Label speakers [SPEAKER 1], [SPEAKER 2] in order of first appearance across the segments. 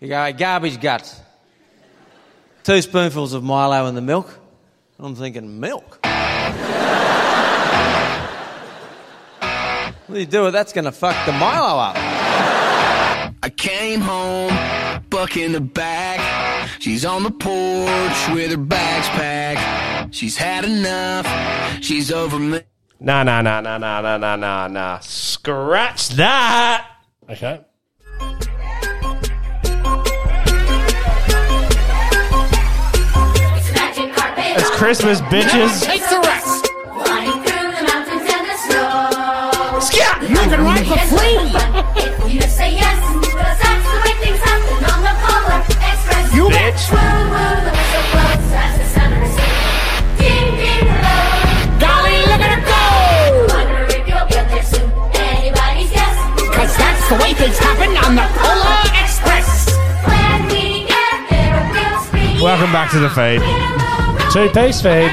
[SPEAKER 1] You go, garbage guts. Two spoonfuls of Milo in the milk. And I'm thinking, milk? what do you do with that's going to fuck the Milo up?
[SPEAKER 2] I came home, buck in the back. She's on the porch with her bags packed. She's had enough. She's over me.
[SPEAKER 3] Nah, nah, nah, nah, nah, nah, nah, nah, nah. Scratch that.
[SPEAKER 4] Okay.
[SPEAKER 5] Magic carpet
[SPEAKER 3] It's Christmas, bitches.
[SPEAKER 4] Take the rest.
[SPEAKER 5] running through the mountains and the snow.
[SPEAKER 4] Yeah, you can ride for free.
[SPEAKER 5] If you say yes, 'cause that's the way things happen on the Polar Express.
[SPEAKER 4] You
[SPEAKER 3] Bitch.
[SPEAKER 5] Woo, woo, the whistle blows as the summer sings. Ding, ding, hello.
[SPEAKER 4] Golly, look at her go.
[SPEAKER 5] Wonder if you'll get there soon. Anybody's guess.
[SPEAKER 4] Cause that's the way things happen on the Polar Express.
[SPEAKER 5] When we get there, we'll speak.
[SPEAKER 3] Welcome back to the feed.
[SPEAKER 4] Two piece feed.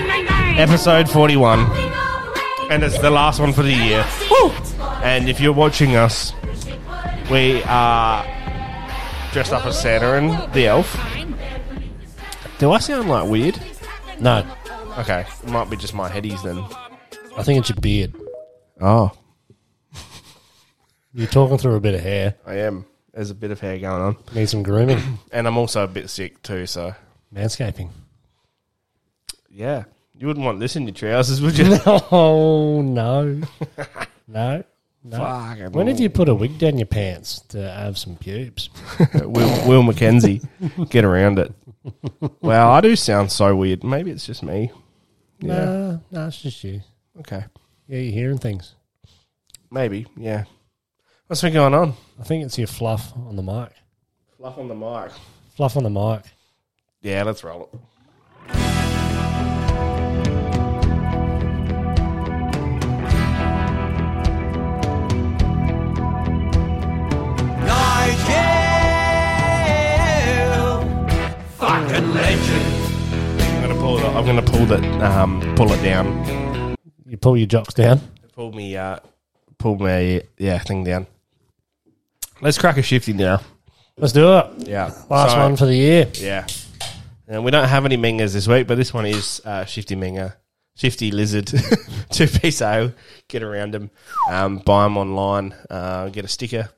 [SPEAKER 3] Episode 41. And it's the last one for the year. And if you're watching us, we are dressed up as Santa and the elf. Do I sound like weird?
[SPEAKER 4] No,
[SPEAKER 3] Okay, it might be just my headies then.
[SPEAKER 4] I think it's your beard.
[SPEAKER 3] Oh,
[SPEAKER 4] You're talking through a bit of hair.
[SPEAKER 3] I am. There's a bit of hair going on.
[SPEAKER 4] Need some grooming.
[SPEAKER 3] And I'm also a bit sick too, so.
[SPEAKER 4] Manscaping.
[SPEAKER 3] Yeah. You wouldn't want this in your trousers, would you?
[SPEAKER 4] Oh, no. No. No.
[SPEAKER 3] Fucking
[SPEAKER 4] when did you put a wig down your pants to have some pubes?
[SPEAKER 3] Will, Will McKenzie. Get around it. Wow, I do sound so weird. Maybe it's just me.
[SPEAKER 4] No, Uh, no, it's just you.
[SPEAKER 3] Okay.
[SPEAKER 4] Yeah, you're hearing things.
[SPEAKER 3] Maybe, yeah. What's been going on?
[SPEAKER 4] I think it's your fluff on the mic.
[SPEAKER 3] Fluff on the mic.
[SPEAKER 4] Fluff on the mic.
[SPEAKER 3] Yeah, let's roll it. I'm gonna pull it. I'm gonna pull that. Um, pull it down.
[SPEAKER 4] You pull your jocks down.
[SPEAKER 3] Pull me. Uh, pull my yeah thing down. Let's crack a shifty now.
[SPEAKER 4] Let's do it.
[SPEAKER 3] Yeah.
[SPEAKER 4] Last
[SPEAKER 3] So-
[SPEAKER 4] one for the year.
[SPEAKER 3] Yeah. And we don't have any Mingas this week, but this one is uh, Shifty Minga. Shifty Lizard, two piece O. Get around them. Um, buy them online. Uh, get a sticker.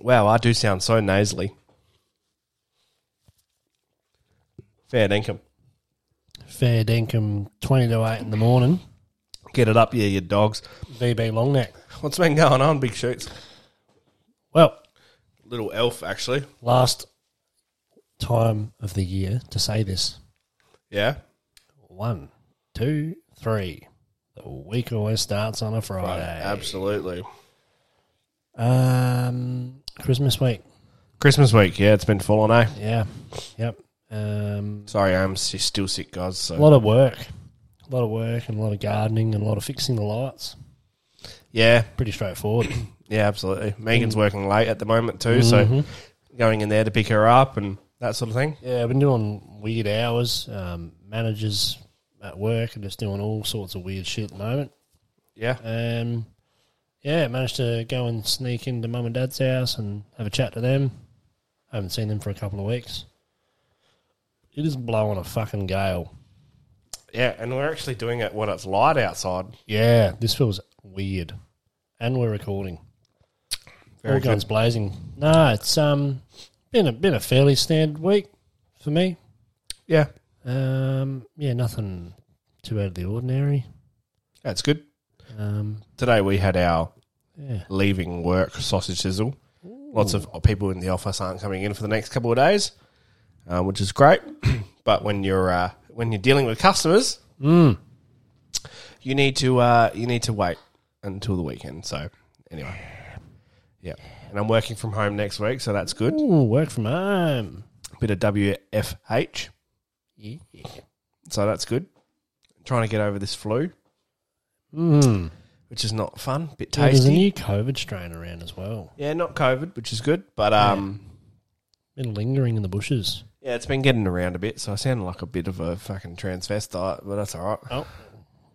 [SPEAKER 3] Wow, I do sound so nasally. Fair dinkum.
[SPEAKER 4] Fair dinkum, 20 to 8 in the morning.
[SPEAKER 3] Get it up, yeah, your dogs.
[SPEAKER 4] VB long neck.
[SPEAKER 3] What's been going on, Big Shoots?
[SPEAKER 4] Well,
[SPEAKER 3] Little elf, actually.
[SPEAKER 4] last time of the year to say this.
[SPEAKER 3] Yeah.
[SPEAKER 4] One, two, three. The week always starts on a Friday.
[SPEAKER 3] Absolutely.
[SPEAKER 4] Um, Christmas week.
[SPEAKER 3] Christmas week, yeah, it's been full on, eh?
[SPEAKER 4] Yeah. Yep. Um,
[SPEAKER 3] Sorry, I'm s- still sick, guys. So.
[SPEAKER 4] a lot of work. A lot of work and a lot of gardening and a lot of fixing the lights.
[SPEAKER 3] Yeah,
[SPEAKER 4] Pretty straightforward.
[SPEAKER 3] Yeah, absolutely. Megan's working late at the moment too, so going in there to pick her up and that sort of thing.
[SPEAKER 4] Yeah, I've been doing weird hours, um, managers at work, and just doing all sorts of weird shit at the moment.
[SPEAKER 3] Yeah,
[SPEAKER 4] Um, yeah, managed to go and sneak into mum and dad's house and have a chat to them. haven't seen them for a couple of weeks. It is blowing a fucking gale.
[SPEAKER 3] yeah, and we're actually doing it when it's light outside.
[SPEAKER 4] Yeah, this feels weird, and we're recording.
[SPEAKER 3] Very
[SPEAKER 4] all guns blazing. No, it's um been a been a fairly standard week for me.
[SPEAKER 3] Yeah,
[SPEAKER 4] Um, yeah, nothing too out of the ordinary.
[SPEAKER 3] that's good.
[SPEAKER 4] Um,
[SPEAKER 3] Today we had our
[SPEAKER 4] Yeah.
[SPEAKER 3] leaving work sausage sizzle. Lots of people in the office aren't coming in for the next couple of days, uh, which is great. but when you're uh, when you're dealing with customers,
[SPEAKER 4] Mm.
[SPEAKER 3] you need to uh, you need to wait until the weekend. So anyway, yeah. And I'm working from home next week, so that's good.
[SPEAKER 4] ooh, work from home.
[SPEAKER 3] bit of WFH.
[SPEAKER 4] Yeah.
[SPEAKER 3] So that's good. trying to get over this flu,
[SPEAKER 4] Mm.
[SPEAKER 3] which is not fun. Bit
[SPEAKER 4] Yeah, there's a
[SPEAKER 3] tasty.
[SPEAKER 4] new COVID strain around as well.
[SPEAKER 3] yeah, not COVID, which is good. But um,
[SPEAKER 4] Been lingering in the bushes.
[SPEAKER 3] yeah. it's been getting around a bit. So I sound like a bit of a fucking transvestite, but that's all right.
[SPEAKER 4] Oh,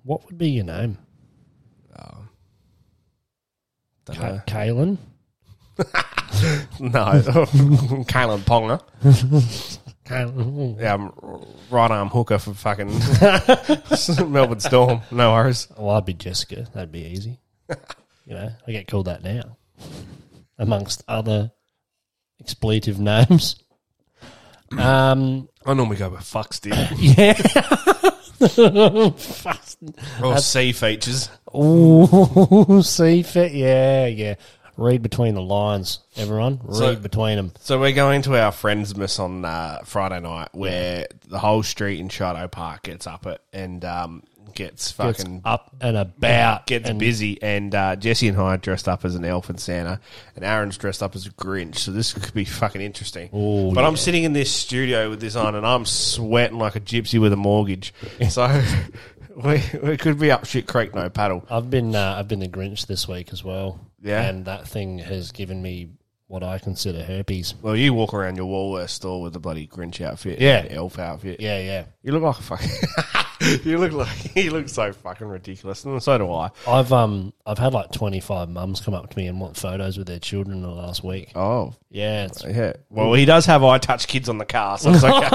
[SPEAKER 4] what would be your name?
[SPEAKER 3] Don't
[SPEAKER 4] Ka-
[SPEAKER 3] know.
[SPEAKER 4] Kalen.
[SPEAKER 3] No, Kalen Ponga.
[SPEAKER 4] Can't-
[SPEAKER 3] Yeah, I'm right arm hooker for fucking Melbourne Storm. No worries.
[SPEAKER 4] Well, Oh, I'd be Jessica. That'd be easy. you know, I get called that now, amongst other expletive names. Um,
[SPEAKER 3] I normally go by fuck stick
[SPEAKER 4] yeah.
[SPEAKER 3] or C features.
[SPEAKER 4] Ooh, see fit. Yeah, yeah. Read between the lines, everyone. Read
[SPEAKER 3] So-
[SPEAKER 4] between them.
[SPEAKER 3] So we're going to our friend's miss on uh, Friday night, where the whole street in Shido Park gets up it and um, gets
[SPEAKER 4] It's
[SPEAKER 3] fucking
[SPEAKER 4] up and about.
[SPEAKER 3] gets
[SPEAKER 4] and
[SPEAKER 3] busy. And uh, Jesse and I are dressed up as an elf and Santa, and Aaron's dressed up as a Grinch. So this could be fucking interesting.
[SPEAKER 4] Ooh,
[SPEAKER 3] but I'm sitting in this studio with this on, and I'm sweating like a gypsy with a mortgage. So we, we could be up shit creek, no paddle.
[SPEAKER 4] I've been uh, I've been the Grinch this week as well.
[SPEAKER 3] Yeah?
[SPEAKER 4] and that thing has given me what I consider herpes.
[SPEAKER 3] Well, you walk around your Woolworths store with a bloody Grinch outfit,
[SPEAKER 4] Yeah.
[SPEAKER 3] elf outfit,
[SPEAKER 4] Yeah, yeah.
[SPEAKER 3] You look like a fucking. you look like you look so fucking ridiculous, and so do I.
[SPEAKER 4] I've um I've had like twenty five mums come up to me and want photos with their children in the last week.
[SPEAKER 3] Oh
[SPEAKER 4] Yeah, it's,
[SPEAKER 3] yeah. Well, he does have eye touch kids on the car, so it's okay.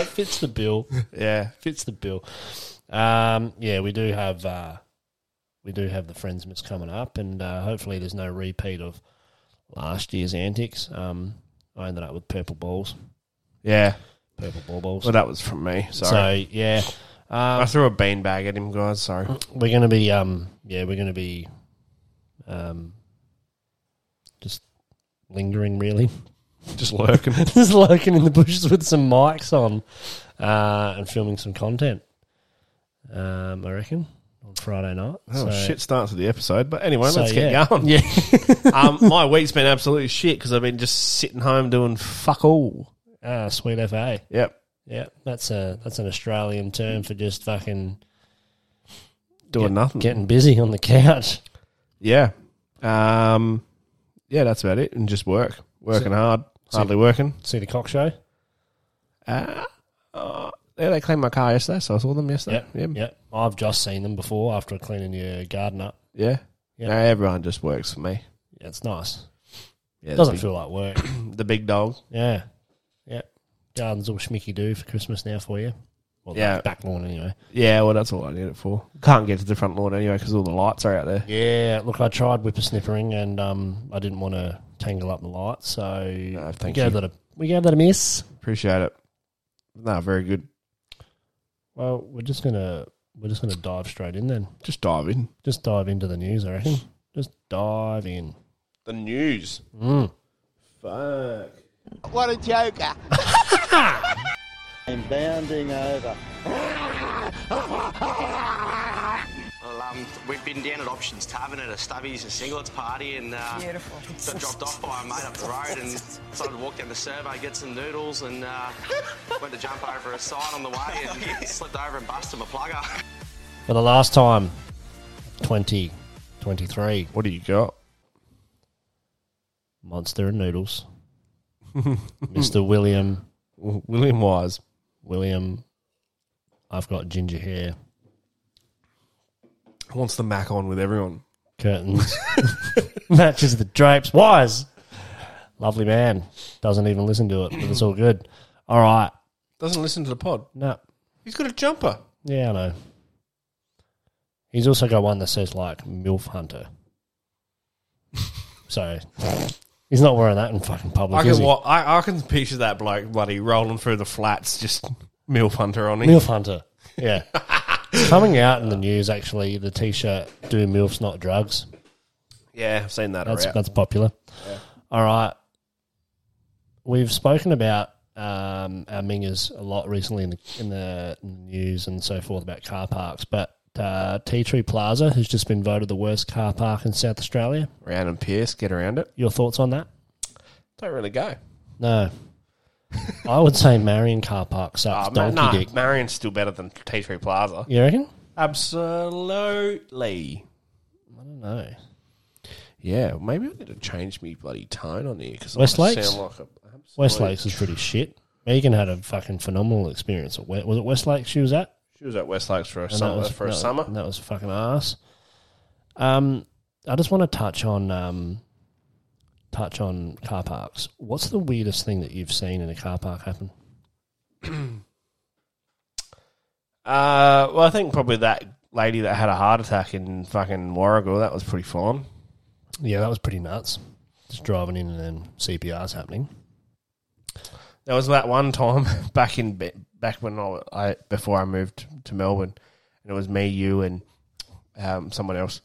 [SPEAKER 4] it fits the bill.
[SPEAKER 3] yeah.
[SPEAKER 4] fits the bill. Um, yeah, we do have uh, we do have the friends miss coming up, and uh, hopefully there's no repeat of last year's antics. Um, I ended up with purple balls,
[SPEAKER 3] Yeah.
[SPEAKER 4] purple ball balls.
[SPEAKER 3] Well, that was from me. Sorry.
[SPEAKER 4] So um, yeah,
[SPEAKER 3] I threw a beanbag at him, guys. Sorry.
[SPEAKER 4] we're gonna be um yeah we're gonna be um just lingering really
[SPEAKER 3] Just lurking.
[SPEAKER 4] just lurking in the bushes with some mics on uh and filming some content um i reckon on friday night
[SPEAKER 3] Oh,
[SPEAKER 4] So-
[SPEAKER 3] shit starts of the episode. But anyway,
[SPEAKER 4] so,
[SPEAKER 3] let's get
[SPEAKER 4] yeah.
[SPEAKER 3] going.
[SPEAKER 4] yeah
[SPEAKER 3] um, my week's been absolutely shit because I've been just sitting home doing fuck all.
[SPEAKER 4] ah sweet fa
[SPEAKER 3] Yep.
[SPEAKER 4] yeah that's a that's an australian term for just fucking
[SPEAKER 3] Doing nothing.
[SPEAKER 4] getting busy on the couch
[SPEAKER 3] yeah. Um, yeah, that's about it. And just work. Working hard. Hardly working.
[SPEAKER 4] see the cock show
[SPEAKER 3] Uh, uh, yeah, they claimed my car yesterday, so I saw them yesterday.
[SPEAKER 4] yep
[SPEAKER 3] Yeah. Yeah.
[SPEAKER 4] yep i've just seen them before after cleaning your garden up Yeah.
[SPEAKER 3] No, everyone just works for me.
[SPEAKER 4] yeah, it's nice
[SPEAKER 3] Yeah,
[SPEAKER 4] it doesn't
[SPEAKER 3] the,
[SPEAKER 4] feel like work
[SPEAKER 3] big, the big dog.
[SPEAKER 4] Yeah. Yeah. Garden's all schmicky do for Christmas now for you. Well,
[SPEAKER 3] Yeah.
[SPEAKER 4] yeah. back lawn anyway.
[SPEAKER 3] Yeah, well, that's all I need it for. Can't get to the front lawn anyway because all the lights are out there.
[SPEAKER 4] Yeah, look, I tried whippersnippering and um, I didn't want to tangle up the light, so we
[SPEAKER 3] thank
[SPEAKER 4] gave
[SPEAKER 3] you.
[SPEAKER 4] that a we gave that a miss.
[SPEAKER 3] Appreciate it. No, very good.
[SPEAKER 4] Well, we're just gonna we're just gonna dive straight in then.
[SPEAKER 3] Just dive in.
[SPEAKER 4] Just dive into the news, I reckon. Just dive in.
[SPEAKER 3] The news. Fuck.
[SPEAKER 6] I'm bounding over.
[SPEAKER 7] Well, um, we've been down at Options Tavern at a Stubby's and Singlets party and uh,
[SPEAKER 8] Beautiful.
[SPEAKER 7] got dropped off by a mate up the road and decided to walk down the servo, get some noodles and uh, went to jump over a sign on the way and slipped over and busted my plugger.
[SPEAKER 4] For the last time, twenty twenty three.
[SPEAKER 3] What do you got?
[SPEAKER 4] Monster and Noodles. Mr. William
[SPEAKER 3] W- William Wise.
[SPEAKER 4] William I've got ginger hair.
[SPEAKER 3] Wants the Mac on with everyone.
[SPEAKER 4] curtains, matches the drapes. Wise, lovely man. Doesn't even listen to it, but it's all good. All right.
[SPEAKER 3] Doesn't listen to the pod.
[SPEAKER 4] No.
[SPEAKER 3] He's got a jumper.
[SPEAKER 4] Yeah, I know. He's also got one that says like MILF Hunter. so he's not wearing that in fucking public.
[SPEAKER 3] I
[SPEAKER 4] is
[SPEAKER 3] can,
[SPEAKER 4] he?
[SPEAKER 3] wa- I, I can picture that bloke bloody rolling through the flats, just milf hunter on him.
[SPEAKER 4] MILF Hunter. Yeah. It's coming out in the news actually, the t shirt do MILFs not drugs.
[SPEAKER 3] Yeah, I've seen that
[SPEAKER 4] That's
[SPEAKER 3] around.
[SPEAKER 4] that's popular. All right. We've spoken about um, our mingers a lot recently in the, in the news and so forth about car parks, but uh, Tea Tree Plaza has just been voted the worst car park in South Australia.
[SPEAKER 3] Round and Pierce, get around it.
[SPEAKER 4] Your thoughts on that?
[SPEAKER 3] Don't really go.
[SPEAKER 4] No. I would say Marion Car Park sucks.
[SPEAKER 3] Oh, ma-
[SPEAKER 4] donkey
[SPEAKER 3] nah,
[SPEAKER 4] dick.
[SPEAKER 3] Marion's still better than Tea Tree Plaza.
[SPEAKER 4] You reckon?
[SPEAKER 3] Absolutely.
[SPEAKER 4] No.
[SPEAKER 3] Yeah, maybe I need to change me bloody tone on here because
[SPEAKER 4] Westlakes?
[SPEAKER 3] sound like a absolute-
[SPEAKER 4] Westlakes is pretty shit. Megan had a fucking phenomenal experience. At, Wes- was it Westlake she was at?
[SPEAKER 3] She was at Westlakes for a
[SPEAKER 4] And
[SPEAKER 3] summer.
[SPEAKER 4] that was
[SPEAKER 3] for a
[SPEAKER 4] that was-
[SPEAKER 3] summer.
[SPEAKER 4] and that was fucking ass. Um, I just want to touch on um, touch on car parks. What's the weirdest thing that you've seen in a car park happen?
[SPEAKER 3] Uh, well, I think probably that lady that had a heart attack in fucking Warrigal, that was pretty fun.
[SPEAKER 4] Yeah, that was pretty nuts. Just driving in and then CPR's happening.
[SPEAKER 3] There was that one time back in back when I, I before I moved to Melbourne, and it was me, you, and um, someone else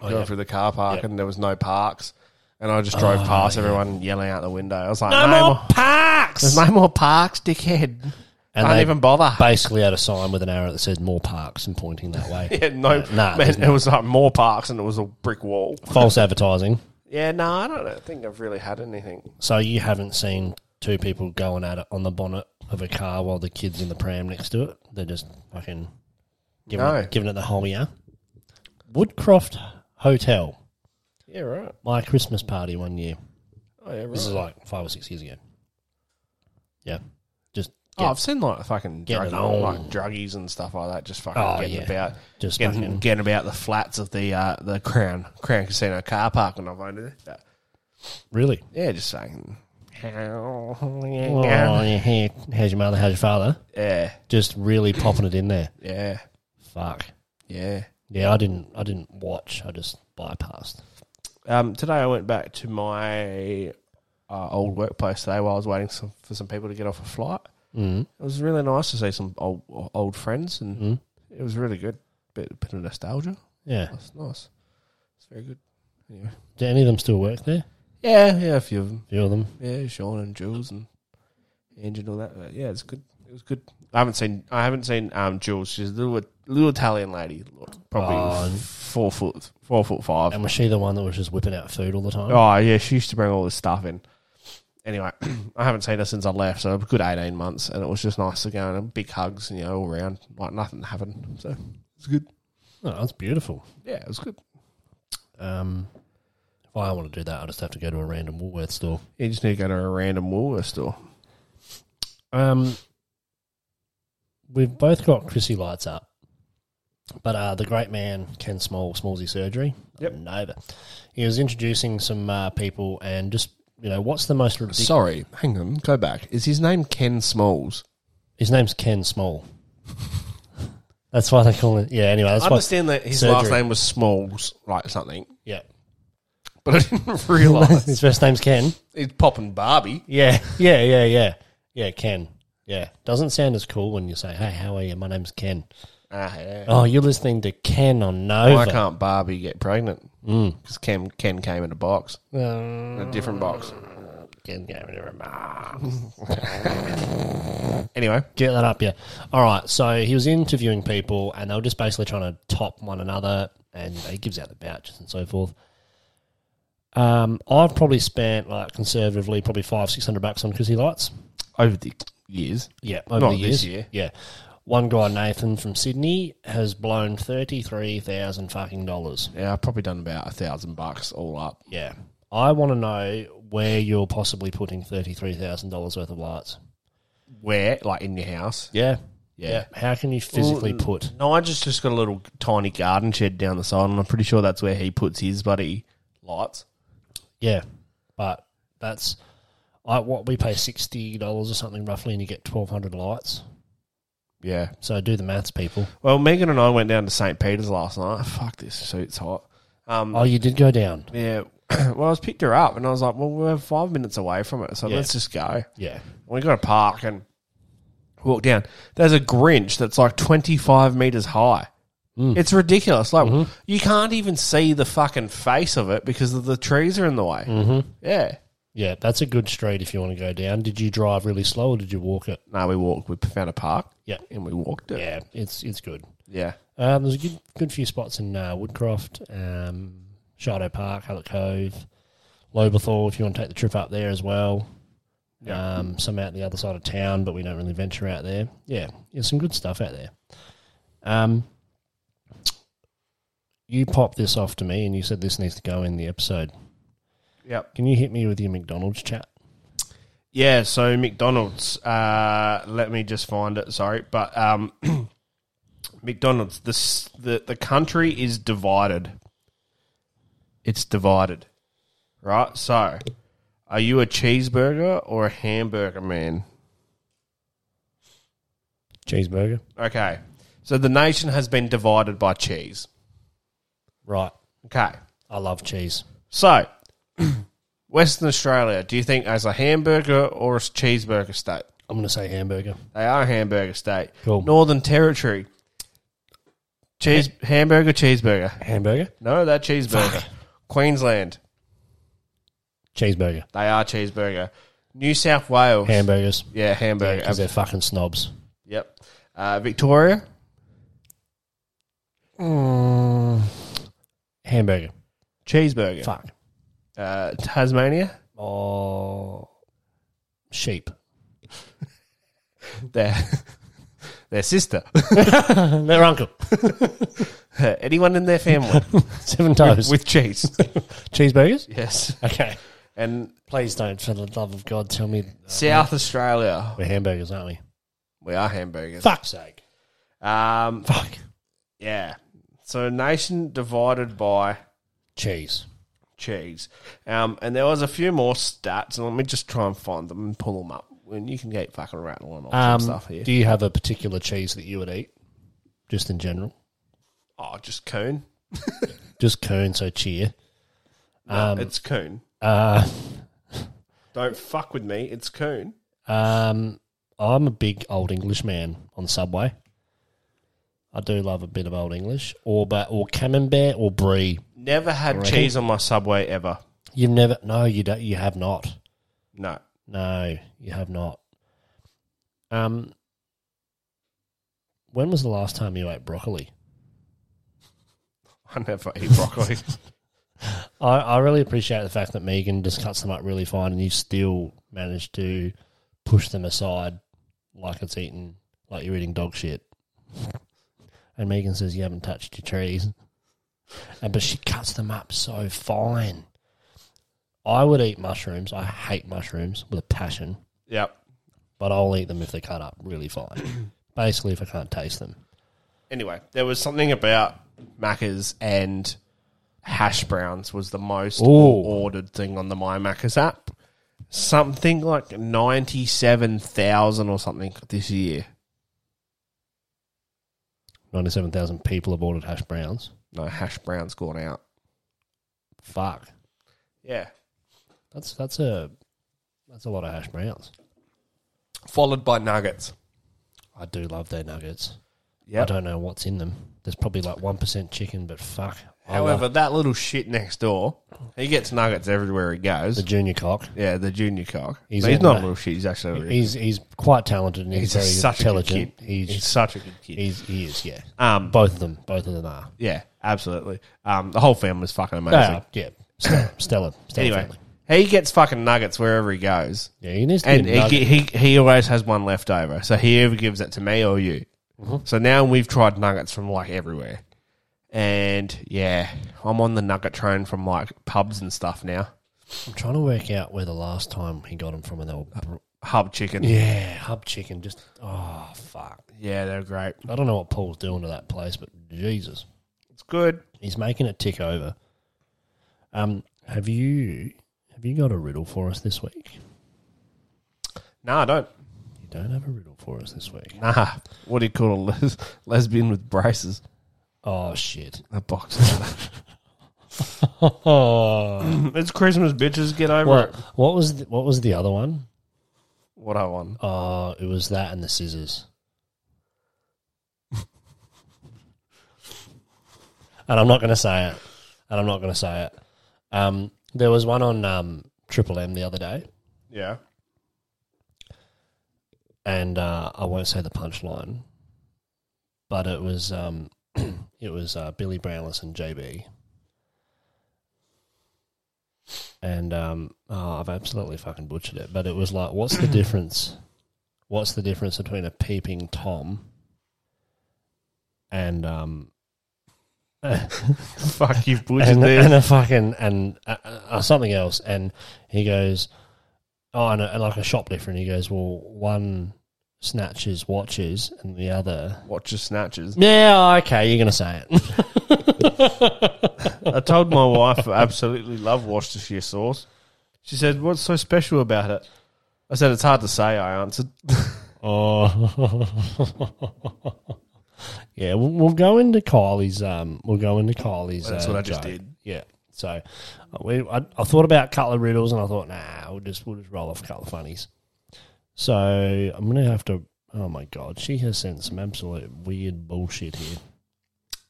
[SPEAKER 3] going
[SPEAKER 4] yeah.
[SPEAKER 3] through the car park,
[SPEAKER 4] Yep.
[SPEAKER 3] and there was no parks, and I just drove past everyone yelling out the window. I was like,
[SPEAKER 4] No more
[SPEAKER 3] parks! There's no more parks, dickhead.
[SPEAKER 4] And
[SPEAKER 3] Can't
[SPEAKER 4] they
[SPEAKER 3] even bother.
[SPEAKER 4] Basically, had a sign with an arrow that says "More Parks" and pointing that way.
[SPEAKER 3] yeah, no,
[SPEAKER 4] nah,
[SPEAKER 3] man,
[SPEAKER 4] there's
[SPEAKER 3] it was like more parks, and it was a brick wall.
[SPEAKER 4] False advertising.
[SPEAKER 3] Yeah, no, I don't think I've really had anything.
[SPEAKER 4] So you haven't seen two people going at it on the bonnet of a car while the kids in the pram next to it. They're just fucking giving,
[SPEAKER 3] No.
[SPEAKER 4] it, giving it the whole year. Woodcroft Hotel.
[SPEAKER 3] Yeah, right.
[SPEAKER 4] my Christmas party one year.
[SPEAKER 3] Oh, yeah, right.
[SPEAKER 4] This is like five or six years ago. Yeah, just
[SPEAKER 3] Oh,
[SPEAKER 4] get-
[SPEAKER 3] I've seen like fucking
[SPEAKER 4] Getting
[SPEAKER 3] drug,
[SPEAKER 4] it on.
[SPEAKER 3] like druggies and stuff like that. Just fucking
[SPEAKER 4] Oh,
[SPEAKER 3] getting
[SPEAKER 4] yeah.
[SPEAKER 3] about,
[SPEAKER 4] Just
[SPEAKER 3] getting,
[SPEAKER 4] fucking-
[SPEAKER 3] getting about the flats of the uh, the Crown Crown Casino car park when I've owned it. Yeah,
[SPEAKER 4] really.
[SPEAKER 3] Yeah, just saying.
[SPEAKER 4] Oh,
[SPEAKER 3] Yeah,
[SPEAKER 4] yeah. hey, How's your mother? How's your father?
[SPEAKER 3] yeah,
[SPEAKER 4] Just really popping it in there.
[SPEAKER 3] yeah,
[SPEAKER 4] Fuck.
[SPEAKER 3] yeah.
[SPEAKER 4] Yeah, I didn't. I didn't watch. I just bypassed.
[SPEAKER 3] Um, today I went back to my uh, old workplace today while I was waiting some, for some people to get off a flight.
[SPEAKER 4] Mm-hmm.
[SPEAKER 3] Mm. It was really nice to see some old old friends, and it was really good. Bit bit of nostalgia.
[SPEAKER 4] Yeah.
[SPEAKER 3] It's nice. It's very good. Anyway.
[SPEAKER 4] Do any of them still work there?
[SPEAKER 3] Yeah, yeah, a few of them.
[SPEAKER 4] A few of them.
[SPEAKER 3] Yeah, Sean and Jules and Angie and all that. But yeah, it's good. It was good. I haven't seen. I haven't seen um Jules. She's a little little Italian lady, probably
[SPEAKER 4] Oh,
[SPEAKER 3] f-
[SPEAKER 4] and-
[SPEAKER 3] four foot four foot five.
[SPEAKER 4] And was she the one that was just whipping out food all the time?
[SPEAKER 3] Oh yeah, she used to bring all this stuff in. Anyway, I haven't seen her since I left, so a good eighteen months, and it was just nice to go in and big hugs, you know, all around, like nothing happened. So it's good.
[SPEAKER 4] Oh, that's beautiful.
[SPEAKER 3] Yeah, it was good.
[SPEAKER 4] Um, if I want to do that, I just have to go to a random Woolworths store.
[SPEAKER 3] You just need to go to a random Woolworths store.
[SPEAKER 4] Um, we've both got Chrissy lights up, but uh, the great man Ken Small, Smallsy Surgery,
[SPEAKER 3] Yep.
[SPEAKER 4] Nova, he was introducing some uh, people and just you know what's the most ridiculous.
[SPEAKER 3] Sorry, hang on, go back. Is his name Ken Smalls?
[SPEAKER 4] His name's Ken Small. that's why they call it. Yeah. Anyway, that's
[SPEAKER 3] I
[SPEAKER 4] why.
[SPEAKER 3] understand that his
[SPEAKER 4] surgery.
[SPEAKER 3] last name was Smalls, like something,
[SPEAKER 4] Yeah.
[SPEAKER 3] but I didn't
[SPEAKER 4] His
[SPEAKER 3] realise
[SPEAKER 4] first name's Ken.
[SPEAKER 3] he's popping Barbie.
[SPEAKER 4] Yeah. Yeah. Yeah. Yeah. Yeah. Ken. Yeah. Doesn't sound as cool when you say, "Hey, how are you? My name's Ken."
[SPEAKER 3] Ah, yeah.
[SPEAKER 4] Oh, you're listening to Ken on Nova.
[SPEAKER 3] Why Oh, can't Barbie get pregnant? Because Ken, Ken came in a box,
[SPEAKER 4] Um,
[SPEAKER 3] a different box.
[SPEAKER 4] Ken gave it a remark.
[SPEAKER 3] Anyway,
[SPEAKER 4] Get that up, yeah. All right. So he was interviewing people, and they were just basically trying to top one another, and he gives out the vouchers and so forth. Um, I've probably spent like conservatively probably five six hundred bucks on Chrissy lights.
[SPEAKER 3] over the years,
[SPEAKER 4] Yeah, over
[SPEAKER 3] Not
[SPEAKER 4] the years.
[SPEAKER 3] this year.
[SPEAKER 4] Yeah, one guy Nathan from Sydney has blown thirty three thousand fucking dollars.
[SPEAKER 3] yeah, I've probably done about a thousand bucks all up.
[SPEAKER 4] Yeah, I want to know where you're possibly putting thirty three thousand dollars worth of lights.
[SPEAKER 3] Where, like in your house?
[SPEAKER 4] Yeah,
[SPEAKER 3] Yeah.
[SPEAKER 4] How can you physically put?
[SPEAKER 3] No, I just just got a little tiny garden shed down the side, and I'm pretty sure that's where he puts his bloody lights.
[SPEAKER 4] Yeah, but that's I what we pay sixty dollars or something roughly, and you get twelve hundred lights.
[SPEAKER 3] Yeah.
[SPEAKER 4] So do the maths, people.
[SPEAKER 3] Well, Megan and I went down to St. Peter's last night. Fuck this suit's hot. Um,
[SPEAKER 4] Oh, you did go down.
[SPEAKER 3] Yeah. Well, I was picked her up and I was like, well, we're five minutes away from it, so
[SPEAKER 4] Yeah.
[SPEAKER 3] let's just go.
[SPEAKER 4] Yeah,
[SPEAKER 3] We got to park and walk down. There's a Grinch that's like 25 meters high. It's ridiculous. Like, you can't even see the fucking face of it because of the trees are in the way. Mm-hmm. Yeah.
[SPEAKER 4] yeah. That's a good street if you want to go down. Did you drive really slow or did you walk it?
[SPEAKER 3] No, we walked. We found a park
[SPEAKER 4] Yeah,
[SPEAKER 3] and we walked it.
[SPEAKER 4] yeah. It's it's good.
[SPEAKER 3] Yeah.
[SPEAKER 4] Um, there's a good good few spots in uh, Woodcroft, um, Shido Park, Hullet Cove, Lobethal. If you want to take the trip up there as well. Um, some out the other side of town, but we don't really venture out there. Yeah, there's some good stuff out there. Um, you popped this off to me, and you said this needs to go in the episode.
[SPEAKER 3] Yep.
[SPEAKER 4] Can you hit me with your McDonald's chat?
[SPEAKER 3] Yeah, so McDonald's. Uh, let me just find it. Sorry, but um, McDonald's. The, s- the the country is divided. it's divided, right? So, are you a cheeseburger or a hamburger man?
[SPEAKER 4] Cheeseburger.
[SPEAKER 3] Okay. So the nation has been divided by cheese.
[SPEAKER 4] Right.
[SPEAKER 3] Okay.
[SPEAKER 4] I love cheese.
[SPEAKER 3] So, Western Australia, do you think as a hamburger or a cheeseburger state?
[SPEAKER 4] I'm going to say hamburger.
[SPEAKER 3] They are a hamburger state.
[SPEAKER 4] Cool.
[SPEAKER 3] Northern Territory. Cheese hamburger, cheeseburger.
[SPEAKER 4] Hamburger?
[SPEAKER 3] No, that cheeseburger. Queensland.
[SPEAKER 4] Cheeseburger.
[SPEAKER 3] They are cheeseburger. New South Wales.
[SPEAKER 4] Hamburgers.
[SPEAKER 3] Yeah, hamburger.
[SPEAKER 4] Because they're fucking snobs.
[SPEAKER 3] yep. Uh, Victoria.
[SPEAKER 4] Hamburger.
[SPEAKER 3] Cheeseburger.
[SPEAKER 4] Fuck.
[SPEAKER 3] Uh, Tasmania.
[SPEAKER 4] Oh. Sheep.
[SPEAKER 3] Their their sister.
[SPEAKER 4] Their uncle.
[SPEAKER 3] Anyone in their family
[SPEAKER 4] Seven toes.
[SPEAKER 3] with cheese.
[SPEAKER 4] cheeseburgers?
[SPEAKER 3] yes.
[SPEAKER 4] Okay.
[SPEAKER 3] And
[SPEAKER 4] Please don't, for the love of God, tell me
[SPEAKER 3] South Australia.
[SPEAKER 4] we're hamburgers, aren't we?
[SPEAKER 3] We are hamburgers.
[SPEAKER 4] Fuck's sake.
[SPEAKER 3] Um,
[SPEAKER 4] Fuck.
[SPEAKER 3] yeah. So nation divided by
[SPEAKER 4] Cheese.
[SPEAKER 3] cheese. Um, and there was a few more stats, and let me just try and find them and pull them up. And you can get fucking rattling on all
[SPEAKER 4] Um,
[SPEAKER 3] stuff here.
[SPEAKER 4] Do you have a particular cheese that you would eat? Just in general?
[SPEAKER 3] oh, just coon.
[SPEAKER 4] Just Coon, so cheer.
[SPEAKER 3] No, it's coon.
[SPEAKER 4] Um, Uh,
[SPEAKER 3] Don't fuck with me. It's coon.
[SPEAKER 4] um, I'm a big old English man on Subway. I do love a bit of old English. Or but or camembert or brie.
[SPEAKER 3] Never had cheese on my subway ever.
[SPEAKER 4] You've never no, you don't you have not.
[SPEAKER 3] No.
[SPEAKER 4] No, you have not. Um when was the last time you ate broccoli?
[SPEAKER 3] I never eat broccoli.
[SPEAKER 4] I, I really appreciate the fact that Megan just cuts them up really fine and you still manage to push them aside like it's eating, like you're eating dog shit. And Megan says, You haven't touched your trees. And, but she cuts them up so fine. I would eat mushrooms. I hate mushrooms with a passion,
[SPEAKER 3] yep.
[SPEAKER 4] but I'll eat them if they're cut up really fine. Basically, if I can't taste them.
[SPEAKER 3] Anyway, there was something about Macca's and hash browns was the most ordered thing on the My Macca's app. Something like 97,000 or something this year.
[SPEAKER 4] 97,000 people have ordered hash browns.
[SPEAKER 3] No, hash brown's gone out.
[SPEAKER 4] Fuck.
[SPEAKER 3] Yeah.
[SPEAKER 4] That's, that's a. That's a lot of hash browns.
[SPEAKER 3] Followed by nuggets.
[SPEAKER 4] I do love their nuggets.
[SPEAKER 3] Yeah.
[SPEAKER 4] I don't know what's in them. There's probably like one percent chicken, but fuck. I
[SPEAKER 3] However,
[SPEAKER 4] love
[SPEAKER 3] that little shit next door, he gets nuggets everywhere he goes.
[SPEAKER 4] the junior cock.
[SPEAKER 3] yeah, the junior cock.
[SPEAKER 4] He's
[SPEAKER 3] He's, he's
[SPEAKER 4] in
[SPEAKER 3] not a
[SPEAKER 4] there.
[SPEAKER 3] little shit. He's actually a really-
[SPEAKER 4] He's he's quite talented and he's,
[SPEAKER 3] he's a-
[SPEAKER 4] very
[SPEAKER 3] such a good
[SPEAKER 4] intelligent.
[SPEAKER 3] kid.
[SPEAKER 4] He's,
[SPEAKER 3] He's such a good kid.
[SPEAKER 4] he's he is yeah.
[SPEAKER 3] um,
[SPEAKER 4] both of them, both of them are.
[SPEAKER 3] yeah, absolutely. Um, the whole family's fucking
[SPEAKER 4] They
[SPEAKER 3] amazing.
[SPEAKER 4] are, yeah, Stella, Stella, Stella
[SPEAKER 3] Anyway,
[SPEAKER 4] family.
[SPEAKER 3] he gets fucking nuggets wherever he goes,
[SPEAKER 4] Yeah, he needs to
[SPEAKER 3] and
[SPEAKER 4] be a
[SPEAKER 3] he,
[SPEAKER 4] nugget.
[SPEAKER 3] ge- he he always has one left over. So he either gives it to me or you.
[SPEAKER 4] Mm-hmm.
[SPEAKER 3] So now we've tried nuggets from like everywhere, and yeah, I'm on the nugget train from like pubs and stuff now.
[SPEAKER 4] I'm trying to work out where the last time he got them from, and they were br-
[SPEAKER 3] Hub chicken,
[SPEAKER 4] yeah, hub chicken. Just oh fuck,
[SPEAKER 3] Yeah, they're great.
[SPEAKER 4] I don't know what Paul's doing to that place, but Jesus,
[SPEAKER 3] It's good.
[SPEAKER 4] He's making it tick over. Um, have you have you got a riddle for us this week?
[SPEAKER 3] No, I don't.
[SPEAKER 4] You don't have a riddle for us this week.
[SPEAKER 3] Nah, what do you call a les- lesbian with braces?
[SPEAKER 4] Oh shit!
[SPEAKER 3] A boxer.
[SPEAKER 4] Oh,
[SPEAKER 3] it's Christmas, bitches. Get over
[SPEAKER 4] what,
[SPEAKER 3] it.
[SPEAKER 4] what was the, what was the other one?
[SPEAKER 3] What I want.
[SPEAKER 4] Oh, it was that and the scissors. and I'm not going to say it. And I'm not going to say it. Um, there was one on um, Triple M the other day.
[SPEAKER 3] Yeah.
[SPEAKER 4] and uh, I won't say the punchline, but it was um, it was uh, Billy Brownless and JB, and um, oh, I've absolutely fucking butchered it. But it was like, what's the difference? What's the difference between a peeping tom and um
[SPEAKER 3] Fuck, you've butchered
[SPEAKER 4] and,
[SPEAKER 3] this.
[SPEAKER 4] and a fucking and uh, uh, something else? And he goes, oh, and, a, and like a shoplifter, and he goes, well, one snatches watches and the other
[SPEAKER 3] Watch your snatches.
[SPEAKER 4] Yeah, okay, you're gonna say it.
[SPEAKER 3] I told my wife I absolutely love Worcestershire sauce. She said, "What's so special about it?" I said, "It's hard to say." I answered.
[SPEAKER 4] Oh. yeah, we'll, we'll go into Kylie's. Um, we'll go into Kylie's.
[SPEAKER 3] That's
[SPEAKER 4] uh,
[SPEAKER 3] what I just
[SPEAKER 4] joke.
[SPEAKER 3] did.
[SPEAKER 4] Yeah. So uh, we, I, I thought about Cutler riddles, and I thought, nah, we'll just we'll just roll off Cutler funnies. So I'm gonna have to. Oh my god, she has sent some absolute weird bullshit here.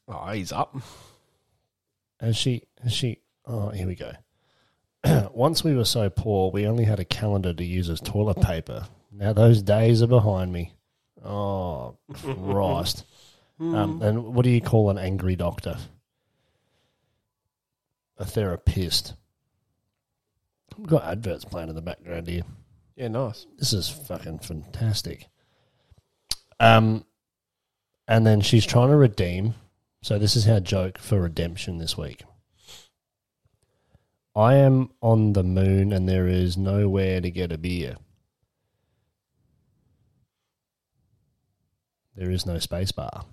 [SPEAKER 3] Oh, he's up.
[SPEAKER 4] And she, and she, oh, here we go. Once we were so poor, we only had a calendar to use as toilet paper. Now those days are behind me. Oh, Christ. um, and what do you call an angry doctor? A therapist. We've got adverts playing in the background here.
[SPEAKER 3] Yeah, nice.
[SPEAKER 4] This is fucking fantastic. Um, and then she's trying to redeem. So this is her joke for redemption this week. I am on the moon and there is nowhere to get a beer. There is no space bar.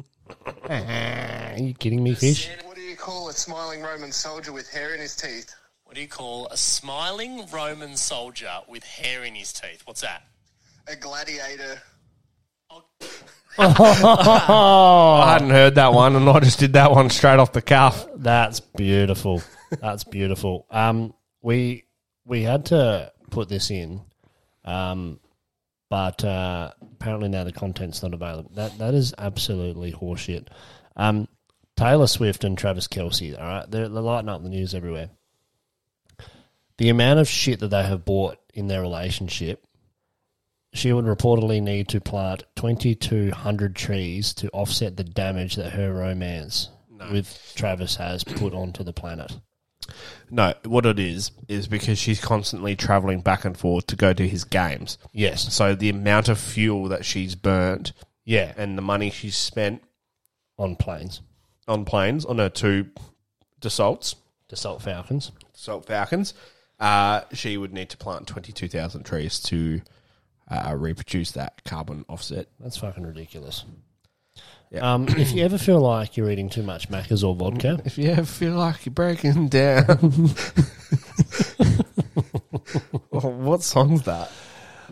[SPEAKER 4] Are you kidding me, fish?
[SPEAKER 8] What do you call a smiling Roman soldier with hair in his teeth?
[SPEAKER 9] What do you call a smiling Roman soldier with hair in his teeth? What's that?
[SPEAKER 8] A gladiator.
[SPEAKER 3] I hadn't heard that one, and I just did that one straight off the cuff.
[SPEAKER 4] That's beautiful. That's beautiful. Um, we we had to put this in, um, but uh, apparently now the content's not available. That that is absolutely horseshit. Um, Taylor Swift and Travis Kelsey. All right, they're, they're lighting up the news everywhere. The amount of shit that they have bought in their relationship. She would reportedly need to plant 2,200 trees to offset the damage that her romance with Travis has put onto the planet.
[SPEAKER 3] No, what it is is because she's constantly traveling back and forth to go to his games.
[SPEAKER 4] Yes.
[SPEAKER 3] So the amount of fuel that she's burnt
[SPEAKER 4] Yeah.
[SPEAKER 3] and the money she's spent
[SPEAKER 4] on planes
[SPEAKER 3] on planes on her two Dassaults,
[SPEAKER 4] to Salt Falcons.
[SPEAKER 3] Dassault Falcons, uh, she would need to plant twenty two thousand trees to uh, reproduce that carbon offset.
[SPEAKER 4] That's fucking ridiculous. Um, if you ever feel like you're eating too much macca's or vodka,
[SPEAKER 3] If you ever feel like you're breaking down, Well, what song's that?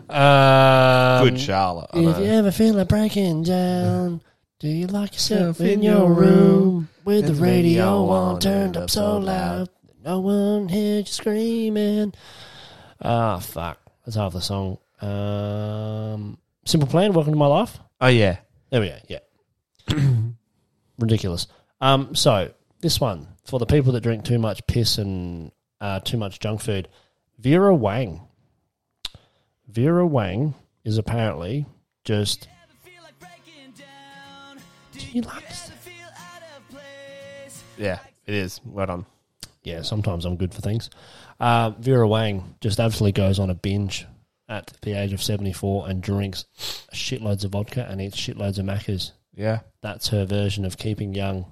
[SPEAKER 4] um,
[SPEAKER 3] Good Charlotte. I
[SPEAKER 4] If
[SPEAKER 3] know.
[SPEAKER 4] you ever feel like breaking down, do you like yourself
[SPEAKER 3] Yourself in
[SPEAKER 4] in your
[SPEAKER 3] your
[SPEAKER 4] room with the
[SPEAKER 3] and
[SPEAKER 4] radio on turned up so loud that no one hears you screaming? Ah, fuck. That's half the song. Um, Simple Plan, Welcome to My Life.
[SPEAKER 3] Oh yeah.
[SPEAKER 4] There we go. Yeah. Ridiculous. Um, so this one for the people that drink too much piss and uh, too much junk food, Vera Wang. Vera Wang is apparently just. Do you like this?
[SPEAKER 3] Yeah, it is. Well done.
[SPEAKER 4] Yeah, sometimes I'm good for things. Uh, Vera Wang just absolutely goes on a binge at the age of 74 and drinks shitloads of vodka and eats shitloads of macas.
[SPEAKER 3] Yeah.
[SPEAKER 4] That's her version of keeping young.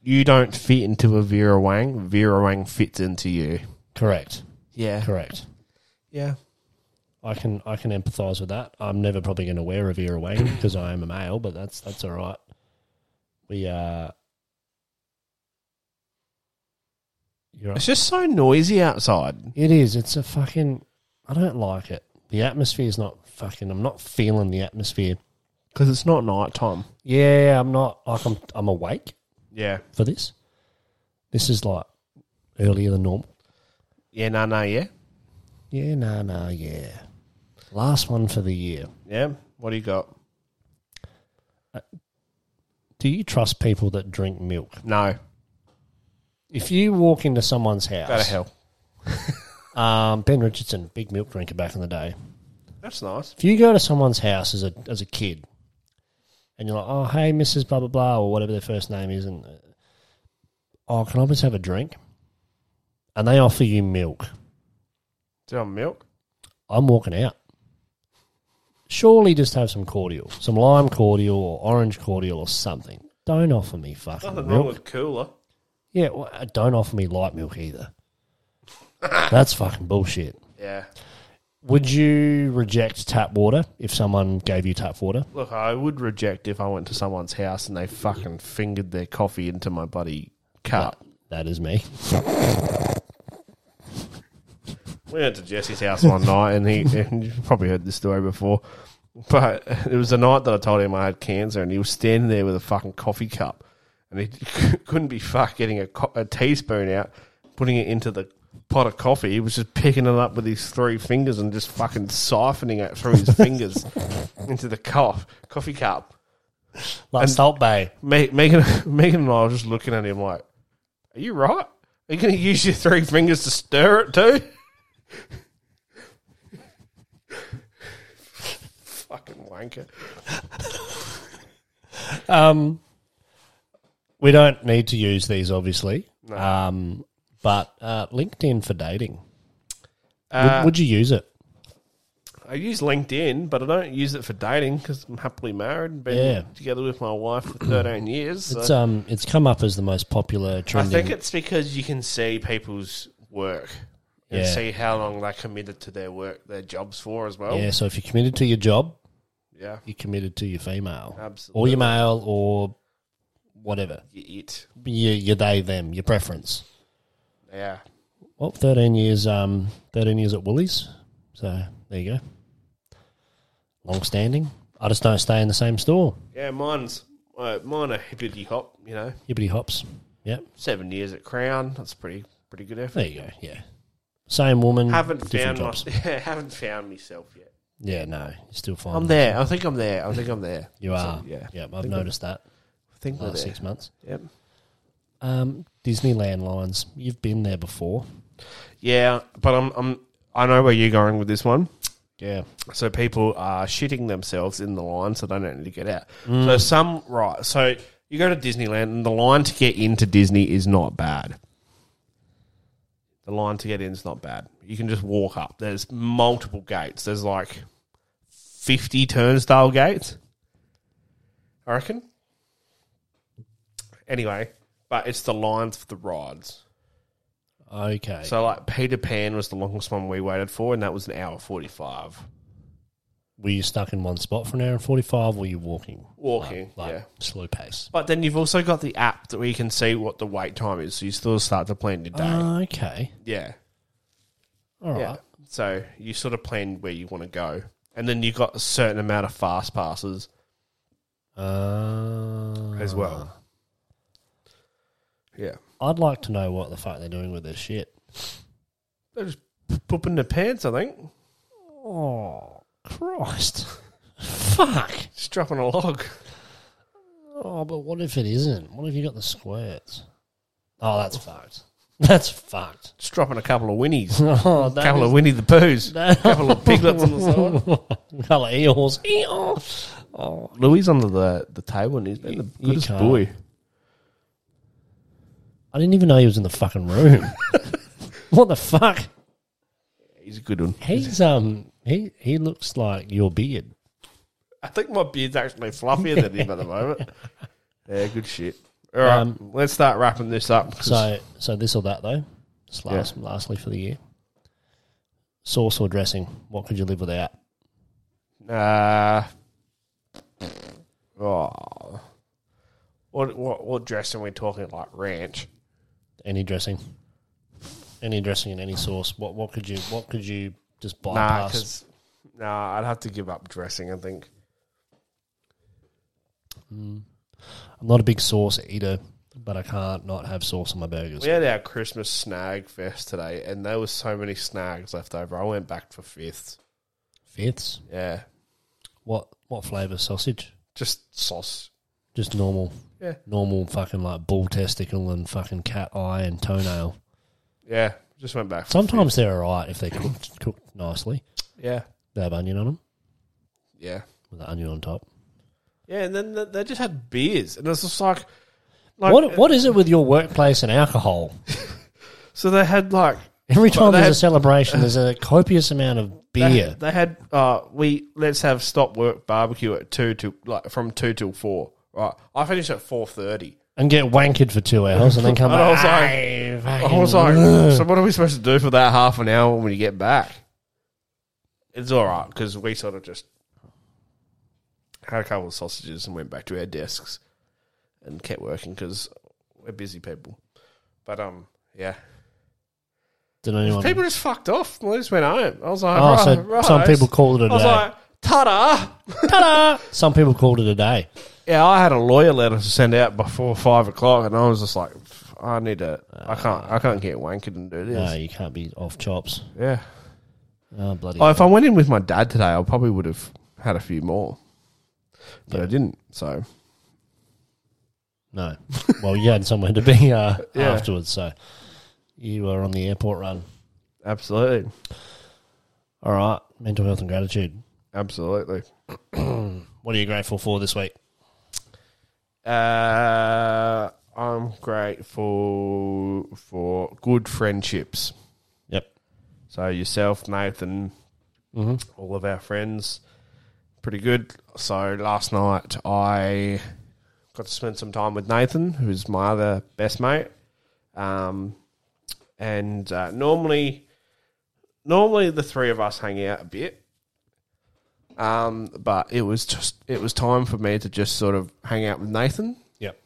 [SPEAKER 3] You don't fit into a Vera Wang. Vera Wang fits into you.
[SPEAKER 4] Correct.
[SPEAKER 3] Yeah.
[SPEAKER 4] Correct.
[SPEAKER 3] Yeah.
[SPEAKER 4] I can I can empathise with that. I'm never probably going to wear a Vera Wang because I am a male, but that's that's all right. We uh, you're
[SPEAKER 3] It's just so noisy outside.
[SPEAKER 4] It is. It's a fucking. I don't like it. The atmosphere is not fucking. I'm not feeling the atmosphere.
[SPEAKER 3] Because it's not night time.
[SPEAKER 4] Yeah, I'm not. Like I'm I'm awake
[SPEAKER 3] Yeah.
[SPEAKER 4] for this. This is like earlier than normal.
[SPEAKER 3] Yeah, no, no, yeah.
[SPEAKER 4] Yeah, no, no, yeah. Last one for the year.
[SPEAKER 3] Yeah. What do you got?
[SPEAKER 4] Do you trust people that drink milk?
[SPEAKER 3] No.
[SPEAKER 4] If you walk into someone's house,
[SPEAKER 3] Go to hell.
[SPEAKER 4] Um, ben Richardson, big milk drinker back in the day.
[SPEAKER 3] That's nice.
[SPEAKER 4] If you go to someone's house as a as a kid, and you're like, "Oh, hey, Mrs. Blah blah blah," or whatever their first name is, and uh, oh, can I just have a drink? And they offer you milk.
[SPEAKER 3] Do you want milk?
[SPEAKER 4] I'm walking out. Surely, just have some cordial, some lime cordial or orange cordial or something. Don't offer me fucking
[SPEAKER 3] Nothing wrong
[SPEAKER 4] milk.
[SPEAKER 3] with cooler.
[SPEAKER 4] Yeah, well, uh, don't offer me light milk either. That's fucking bullshit.
[SPEAKER 3] Yeah.
[SPEAKER 4] Would you reject tap water if someone gave you tap water?
[SPEAKER 3] Look, I would reject if I went to someone's house and they fucking fingered their coffee into my bloody cup.
[SPEAKER 4] That is me.
[SPEAKER 3] We went to Jesse's house one night, and he and you've probably heard this story before, but it was the night that I told him I had cancer, and he was standing there with a fucking coffee cup, and he couldn't be fuck getting a, co- a teaspoon out, putting it into the pot of coffee. He was just picking it up with his three fingers and just fucking siphoning it through his fingers into the cough, coffee cup.
[SPEAKER 4] Like Salt Bay.
[SPEAKER 3] Me- Megan, Megan and I were just looking at him like, "Are you right? Are you going to use your three fingers to stir it too?" Fucking wanker.
[SPEAKER 4] Um, we don't need to use these, obviously. Um, but uh, LinkedIn for dating.
[SPEAKER 3] Uh,
[SPEAKER 4] would, would you use it?
[SPEAKER 3] I use LinkedIn, but I don't use it for dating because I'm happily married and been
[SPEAKER 4] Yeah.
[SPEAKER 3] together with my wife for 13 years. So
[SPEAKER 4] It's um, it's come up as the most popular
[SPEAKER 3] I
[SPEAKER 4] trending.
[SPEAKER 3] think it's because you can see people's work and
[SPEAKER 4] Yeah.
[SPEAKER 3] see how long they're committed to their work, their jobs for as well.
[SPEAKER 4] yeah, so if you're committed to your job,
[SPEAKER 3] yeah.
[SPEAKER 4] you're committed to your female, or
[SPEAKER 3] Absolutely.
[SPEAKER 4] your male, or whatever.
[SPEAKER 3] You it.
[SPEAKER 4] Your, your they, them, your preference.
[SPEAKER 3] Yeah.
[SPEAKER 4] Well, thirteen years, um, thirteen years at Woolies. So there you go. Long standing. I just don't stay in the same store.
[SPEAKER 3] Yeah, mine's uh, mine are hippity hop. You know,
[SPEAKER 4] Hibbity hops. Yep.
[SPEAKER 3] seven years at Crown. That's pretty pretty good effort.
[SPEAKER 4] There you go. Yeah. Same woman.
[SPEAKER 3] Haven't found
[SPEAKER 4] different
[SPEAKER 3] my,
[SPEAKER 4] jobs.
[SPEAKER 3] yeah, haven't found myself yet.
[SPEAKER 4] Yeah, no, you're still fine.
[SPEAKER 3] I'm there. I think I'm there. I think I'm there.
[SPEAKER 4] You are. yeah.
[SPEAKER 3] yeah.
[SPEAKER 4] Yep, I've noticed that
[SPEAKER 3] I think we're
[SPEAKER 4] last
[SPEAKER 3] there.
[SPEAKER 4] six months.
[SPEAKER 3] Yep.
[SPEAKER 4] Um, Disneyland lines. You've been there before.
[SPEAKER 3] Yeah, but I'm I'm I know where you're going with this one.
[SPEAKER 4] Yeah.
[SPEAKER 3] So people are shitting themselves in the line, so they don't need to get out. So some right. So you go to Disneyland, and the line to get into Disney is not bad. The line to get in is not bad. You can just walk up. There's multiple gates. There's like fifty turnstile gates. I reckon. Anyway, but it's the lines for the rides.
[SPEAKER 4] Okay. So
[SPEAKER 3] So like Peter Pan was the longest one we waited for, and that was an hour forty five.
[SPEAKER 4] were you stuck in one spot for an hour and forty five? Were you walking?
[SPEAKER 3] Walking,
[SPEAKER 4] Like, like
[SPEAKER 3] yeah.
[SPEAKER 4] slow pace.
[SPEAKER 3] But then you've also got the app that where you can see what the wait time is, so you still start to plan your day.
[SPEAKER 4] okay.
[SPEAKER 3] yeah,
[SPEAKER 4] All right.
[SPEAKER 3] Uh, yeah. So you sort of plan where you want to go, and then you've got a certain amount of fast passes
[SPEAKER 4] Uh,
[SPEAKER 3] as well. Yeah,
[SPEAKER 4] I'd like to know what the fuck they're doing with this shit.
[SPEAKER 3] they're just pooping their pants. I think
[SPEAKER 4] Oh Christ. fuck.
[SPEAKER 3] just dropping a log.
[SPEAKER 4] Oh, but what if it isn't? What if you got the squirts? Oh, that's fucked. That's fucked.
[SPEAKER 3] Just dropping a couple of winnies, a
[SPEAKER 4] Oh, that
[SPEAKER 3] couple
[SPEAKER 4] is-
[SPEAKER 3] of Winnie the Poohs,
[SPEAKER 4] That-
[SPEAKER 3] couple of piglets on the side.
[SPEAKER 4] Colour eels. Eels. Oh,
[SPEAKER 3] Louis under the the table, and he's been the
[SPEAKER 4] you
[SPEAKER 3] goodest
[SPEAKER 4] can't.
[SPEAKER 3] boy.
[SPEAKER 4] I didn't even know he was in the fucking room. what the fuck?
[SPEAKER 3] He's a good one.
[SPEAKER 4] He's um he he looks like your beard.
[SPEAKER 3] I think my beard's actually fluffier than him at the moment. Yeah, good shit. All right, let's start wrapping this up. 'cause-
[SPEAKER 4] Um, So so this or that though. Just last, lastly for the year. Sauce or dressing? What could you live without?
[SPEAKER 3] uh, oh, what what what dressing are we talking like ranch?
[SPEAKER 4] Any dressing. Any dressing and any sauce. What what could you what could you just
[SPEAKER 3] Nah,
[SPEAKER 4] bypass?
[SPEAKER 3] because nah, I'd have to give up dressing. I think.
[SPEAKER 4] I'm not a big sauce eater, but I can't not have sauce on my burgers.
[SPEAKER 3] We had our Christmas snag fest today, and there was so many snags left over. I went back for fifths.
[SPEAKER 4] Fifths.
[SPEAKER 3] Yeah,
[SPEAKER 4] What what flavour sausage?
[SPEAKER 3] just sauce.
[SPEAKER 4] Just normal.
[SPEAKER 3] Yeah.
[SPEAKER 4] Normal fucking like bull testicle and fucking cat eye and toenail.
[SPEAKER 3] Yeah, just went back. for
[SPEAKER 4] Sometimes they're alright if they're cooked cooked nicely.
[SPEAKER 3] fifths. Yeah,
[SPEAKER 4] They have onion on them
[SPEAKER 3] yeah.
[SPEAKER 4] with the onion on top.
[SPEAKER 3] Yeah, and then th- they just had beers, and it's just like, like uh,
[SPEAKER 4] what what is it with your workplace and alcohol?
[SPEAKER 3] so they had like
[SPEAKER 4] Every
[SPEAKER 3] Well,
[SPEAKER 4] time
[SPEAKER 3] they
[SPEAKER 4] there's a
[SPEAKER 3] had-
[SPEAKER 4] celebration, there's a copious amount of
[SPEAKER 3] they,
[SPEAKER 4] beer.
[SPEAKER 3] they had uh we let's have stop work barbecue at two to like from two till four. Right, I finished at four thirty.
[SPEAKER 4] and get wankered for two hours and then come
[SPEAKER 3] And I
[SPEAKER 4] back.
[SPEAKER 3] was like-
[SPEAKER 4] "Hey,
[SPEAKER 3] I was
[SPEAKER 4] fucking
[SPEAKER 3] like, so what are we supposed to do for that half an hour when you get back? it's all right because we sort of just had a couple of sausages and went back to our desks and kept working because we're busy people. But um, yeah,
[SPEAKER 4] Did anyone?
[SPEAKER 3] people just fucked off. Well, they just went home. I was like,
[SPEAKER 4] Um, Oh,
[SPEAKER 3] right,
[SPEAKER 4] so
[SPEAKER 3] right.
[SPEAKER 4] some people called it
[SPEAKER 3] I
[SPEAKER 4] a
[SPEAKER 3] was
[SPEAKER 4] day.
[SPEAKER 3] like, ta da.
[SPEAKER 4] Some people called it a day.
[SPEAKER 3] Yeah, I had a lawyer letter to send out before five o'clock, and I was just like, I need to. I can't. I can't get wankered and do
[SPEAKER 4] No,
[SPEAKER 3] this.
[SPEAKER 4] you can't be off chops.
[SPEAKER 3] Yeah.
[SPEAKER 4] Oh bloody!
[SPEAKER 3] Oh, if I went in with my dad today, I probably would have had a few more, but I didn't. So
[SPEAKER 4] No. Well, you had somewhere to be uh,
[SPEAKER 3] Yeah.
[SPEAKER 4] afterwards, so you were on the airport run.
[SPEAKER 3] absolutely,
[SPEAKER 4] All right. Mental health and gratitude.
[SPEAKER 3] absolutely.
[SPEAKER 4] What are you grateful for this week?
[SPEAKER 3] Uh, I'm grateful for good friendships.
[SPEAKER 4] Yep.
[SPEAKER 3] So yourself, Nathan, all of our friends, pretty good. So last night I got to spend some time with Nathan, who's my other best mate. Um, and uh, normally, normally the three of us hang out a bit. Um, but it was just it was time for me to just sort of hang out with Nathan
[SPEAKER 4] Yep.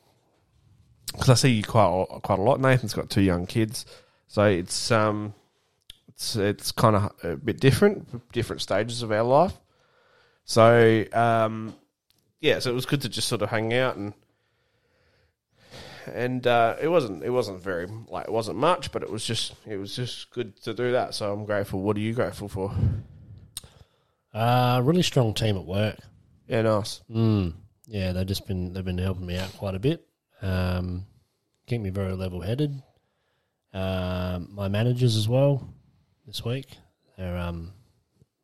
[SPEAKER 3] because I see you quite a- quite a lot. Nathan's got two young kids, so it's um, it's it's kind of a bit different, different stages of our life. So um, yeah, so it was good to just sort of hang out and and uh, it wasn't it wasn't very like it wasn't much, but it was just it was just good to do that. So I'm grateful. What are you grateful for?
[SPEAKER 4] Uh, really strong team at work.
[SPEAKER 3] Yeah, nice.
[SPEAKER 4] Yeah, they've just been they've been helping me out quite a bit. Um, keep me very level headed. Um, my managers as well this week. They're um,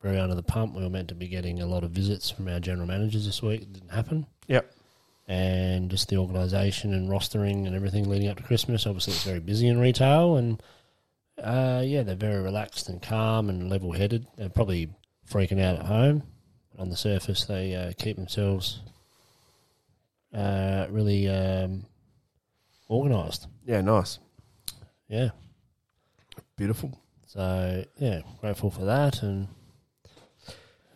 [SPEAKER 4] very under the pump. We were meant to be getting a lot of visits from our general managers this week. It didn't happen.
[SPEAKER 3] Yep.
[SPEAKER 4] and just the organisation and rostering and everything leading up to Christmas. Obviously, it's very busy in retail, and uh, yeah, they're very relaxed and calm and level headed. They're probably freaking out at home. On the surface, they uh, keep themselves uh, really um, organised.
[SPEAKER 3] Yeah, nice.
[SPEAKER 4] Yeah.
[SPEAKER 3] Beautiful.
[SPEAKER 4] So yeah, grateful for that, and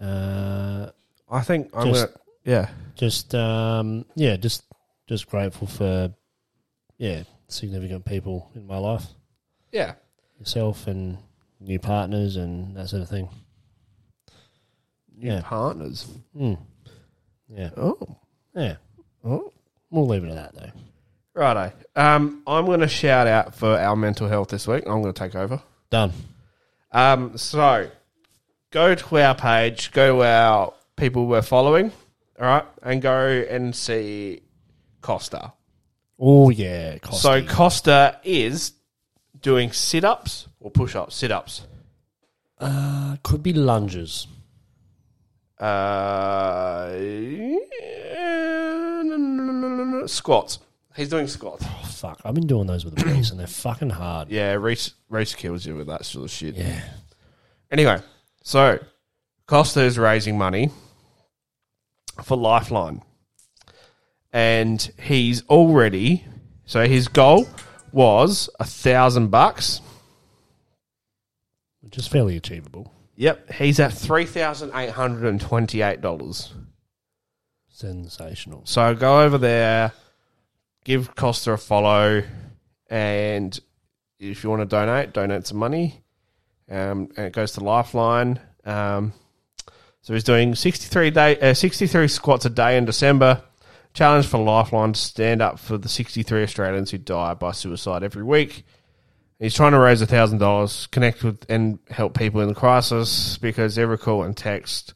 [SPEAKER 4] uh,
[SPEAKER 3] I think I'm
[SPEAKER 4] Just-
[SPEAKER 3] gonna. Yeah.
[SPEAKER 4] just um, yeah, just just grateful for yeah significant people in my life.
[SPEAKER 3] Yeah.
[SPEAKER 4] yourself and new partners and that sort of thing.
[SPEAKER 3] New
[SPEAKER 4] Yeah.
[SPEAKER 3] partners.
[SPEAKER 4] Mm. Yeah,
[SPEAKER 3] Oh.
[SPEAKER 4] yeah.
[SPEAKER 3] Oh.
[SPEAKER 4] We'll leave it at that though.
[SPEAKER 3] Righto. Um, I'm going to shout out for our mental health this week. I'm going to take over.
[SPEAKER 4] Done.
[SPEAKER 3] Um, so go to our page, go to our people we're following, all right, and go and see Costa.
[SPEAKER 4] Oh yeah, Costi.
[SPEAKER 3] So Costa is doing sit ups or push ups, sit ups.
[SPEAKER 4] Uh, could be lunges.
[SPEAKER 3] Uh, squats. He's doing squats.
[SPEAKER 4] Oh, fuck, I've been doing those with the police and they're fucking hard.
[SPEAKER 3] Yeah, race race kills you with that sort of shit.
[SPEAKER 4] Yeah.
[SPEAKER 3] Anyway, so Costa is raising money for Lifeline. And he's already so his goal was a thousand bucks.
[SPEAKER 4] which is fairly achievable.
[SPEAKER 3] Yep, he's at three thousand eight hundred and twenty eight dollars.
[SPEAKER 4] Sensational.
[SPEAKER 3] So go over there, give Costa a follow, and if you want to donate, donate some money. Um, and it goes to Lifeline. Um, so he's doing 63 day, uh, 63 squats a day in December. Challenge for Lifeline to stand up for the 63 Australians who die by suicide every week. He's trying to raise thousand dollars, connect with and help people in crisis because every call and text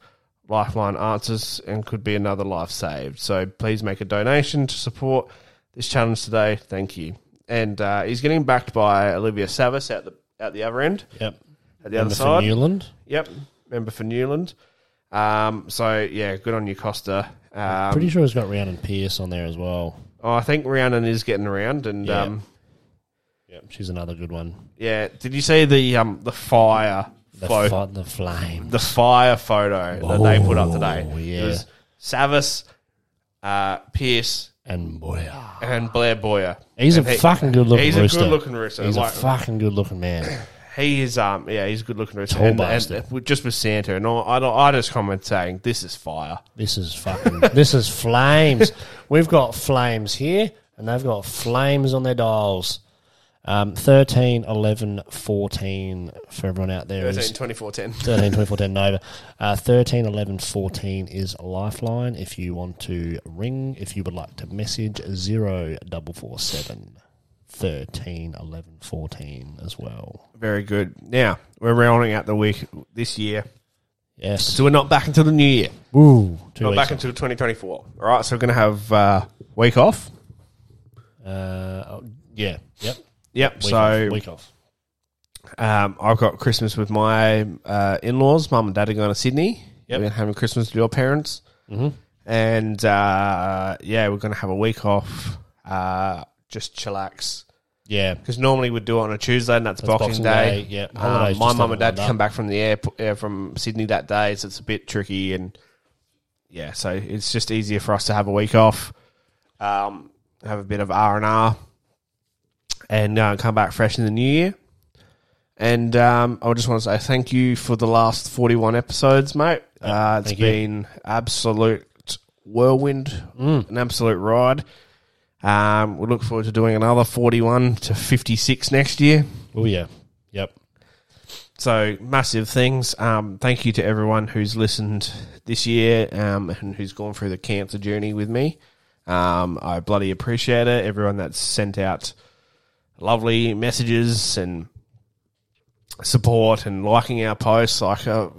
[SPEAKER 3] Lifeline answers and could be another life saved. So please make a donation to support this challenge today. Thank you. And uh, he's getting backed by Olivia Savis at the at the other end,
[SPEAKER 4] Yep.
[SPEAKER 3] at the other
[SPEAKER 4] Member for
[SPEAKER 3] side.
[SPEAKER 4] Newland.
[SPEAKER 3] Yep, member for Newland. Um, so yeah, good on you, Costa. Um,
[SPEAKER 4] Pretty sure he's got Rhiannon Pierce on there as well.
[SPEAKER 3] oh, I think Rhiannon is getting around, and
[SPEAKER 4] Yeah.
[SPEAKER 3] um,
[SPEAKER 4] Yep. She's another good one.
[SPEAKER 3] yeah, did you see the um the fire
[SPEAKER 4] The,
[SPEAKER 3] photo?
[SPEAKER 4] fi- the flame.
[SPEAKER 3] the fire photo that they put up today?
[SPEAKER 4] Oh,
[SPEAKER 3] It
[SPEAKER 4] yeah.
[SPEAKER 3] was Savis, uh, Pierce,
[SPEAKER 4] and boy.
[SPEAKER 3] and Blair Boyer.
[SPEAKER 4] He's
[SPEAKER 3] And
[SPEAKER 4] a
[SPEAKER 3] he-
[SPEAKER 4] fucking good looking
[SPEAKER 3] He's
[SPEAKER 4] rooster.
[SPEAKER 3] a good looking rooster.
[SPEAKER 4] He's
[SPEAKER 3] like,
[SPEAKER 4] a fucking good looking man.
[SPEAKER 3] He is, um, yeah, he's a good looking routine.
[SPEAKER 4] Tall
[SPEAKER 3] And- and,
[SPEAKER 4] bastard.
[SPEAKER 3] uh, just with Santa, and I, I, I just comment saying, this is fire.
[SPEAKER 4] This is fucking. this is flames. We've got flames here, and they've got flames on their dials. Um, 13, 11, 14 for everyone out there.
[SPEAKER 3] 13,
[SPEAKER 4] is
[SPEAKER 3] 24, 10.
[SPEAKER 4] 13, 24, 10, Nova. Uh, 13, 11, 14 is Lifeline. If you want to ring, if you would like to message, 0447 13, 11, 14 as well.
[SPEAKER 3] Very good. Now, we're rounding out the week this year.
[SPEAKER 4] Yes.
[SPEAKER 3] So we're not back until the new year.
[SPEAKER 4] Ooh, two
[SPEAKER 3] We're
[SPEAKER 4] weeks
[SPEAKER 3] back
[SPEAKER 4] off.
[SPEAKER 3] until 2024. All right, so we're going to have uh, week off.
[SPEAKER 4] Uh, oh, yeah. Yep.
[SPEAKER 3] Yep.
[SPEAKER 4] Week
[SPEAKER 3] so
[SPEAKER 4] off, week off.
[SPEAKER 3] Um, I've got Christmas with my uh, in laws. Mum and dad are going to Sydney. We're going to have a Christmas with your parents. Mm-hmm. And uh, yeah, we're going to have a week off, uh, just chillax.
[SPEAKER 4] Yeah.
[SPEAKER 3] Because normally we'd do it on a Tuesday, and that's, Boxing,
[SPEAKER 4] Boxing
[SPEAKER 3] Day.
[SPEAKER 4] Day, yeah.
[SPEAKER 3] Um,
[SPEAKER 4] Holidays
[SPEAKER 3] my
[SPEAKER 4] just
[SPEAKER 3] mum and
[SPEAKER 4] don't
[SPEAKER 3] dad
[SPEAKER 4] line
[SPEAKER 3] come
[SPEAKER 4] up.
[SPEAKER 3] back from the airport uh, from Sydney that day, so it's a bit tricky. And yeah, so it's just easier for us to have a week off, um, have a bit of R and R, and uh, come back fresh in the new year. And um, I just want to say thank you for the last forty-one episodes, mate. Uh, it's
[SPEAKER 4] thank you.
[SPEAKER 3] been absolute whirlwind,
[SPEAKER 4] Mm.
[SPEAKER 3] an absolute ride. Um, we look forward to doing another 41 to 56 next year.
[SPEAKER 4] Oh, yeah. Yep.
[SPEAKER 3] So massive things. Um, thank you to everyone who's listened this year um, and who's gone through the cancer journey with me. Um, I bloody appreciate it. Everyone that's sent out lovely messages and support and liking our posts. Like uh,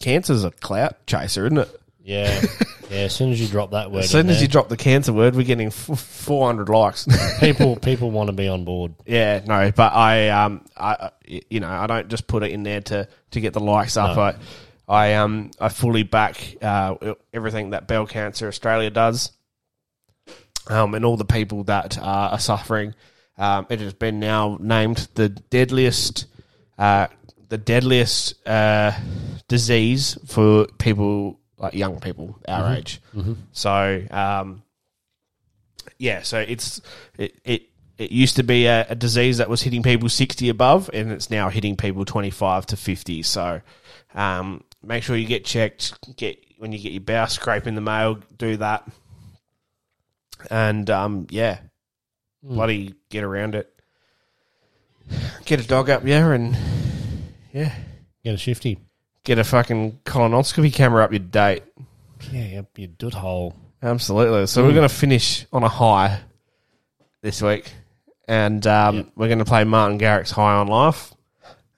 [SPEAKER 3] cancer's a clout chaser, isn't it?
[SPEAKER 4] Yeah. yeah. As soon as you drop that word,
[SPEAKER 3] As soon
[SPEAKER 4] in
[SPEAKER 3] as you
[SPEAKER 4] there,
[SPEAKER 3] drop the cancer word, we're getting f- 400 likes.
[SPEAKER 4] people people want to be on board.
[SPEAKER 3] Yeah, no, but I, um, I, I- you know, I don't just put it in there to to get the likes up. I, I, um, I fully back uh, everything that Bell Cancer Australia does, um, and all the people that uh, are suffering. Um, it has been now named the deadliest, uh, the deadliest uh, disease for people like young people our age. So, um, yeah, so it's it it, it used to be a, a disease that was hitting people sixty above, and it's now hitting people twenty five to fifty. So, um, make sure you get checked. Get when you get your bowel scrape in the mail, do that, and um, yeah, bloody get around it. Get a dog up there and yeah,
[SPEAKER 4] Get a shifty.
[SPEAKER 3] get a fucking colonoscopy camera up your date.
[SPEAKER 4] Yeah. Yep. You dud hole.
[SPEAKER 3] Absolutely. So
[SPEAKER 4] Mm.
[SPEAKER 3] we're going to finish on a high this week, and um, we're going to play Martin Garrick's High on Life,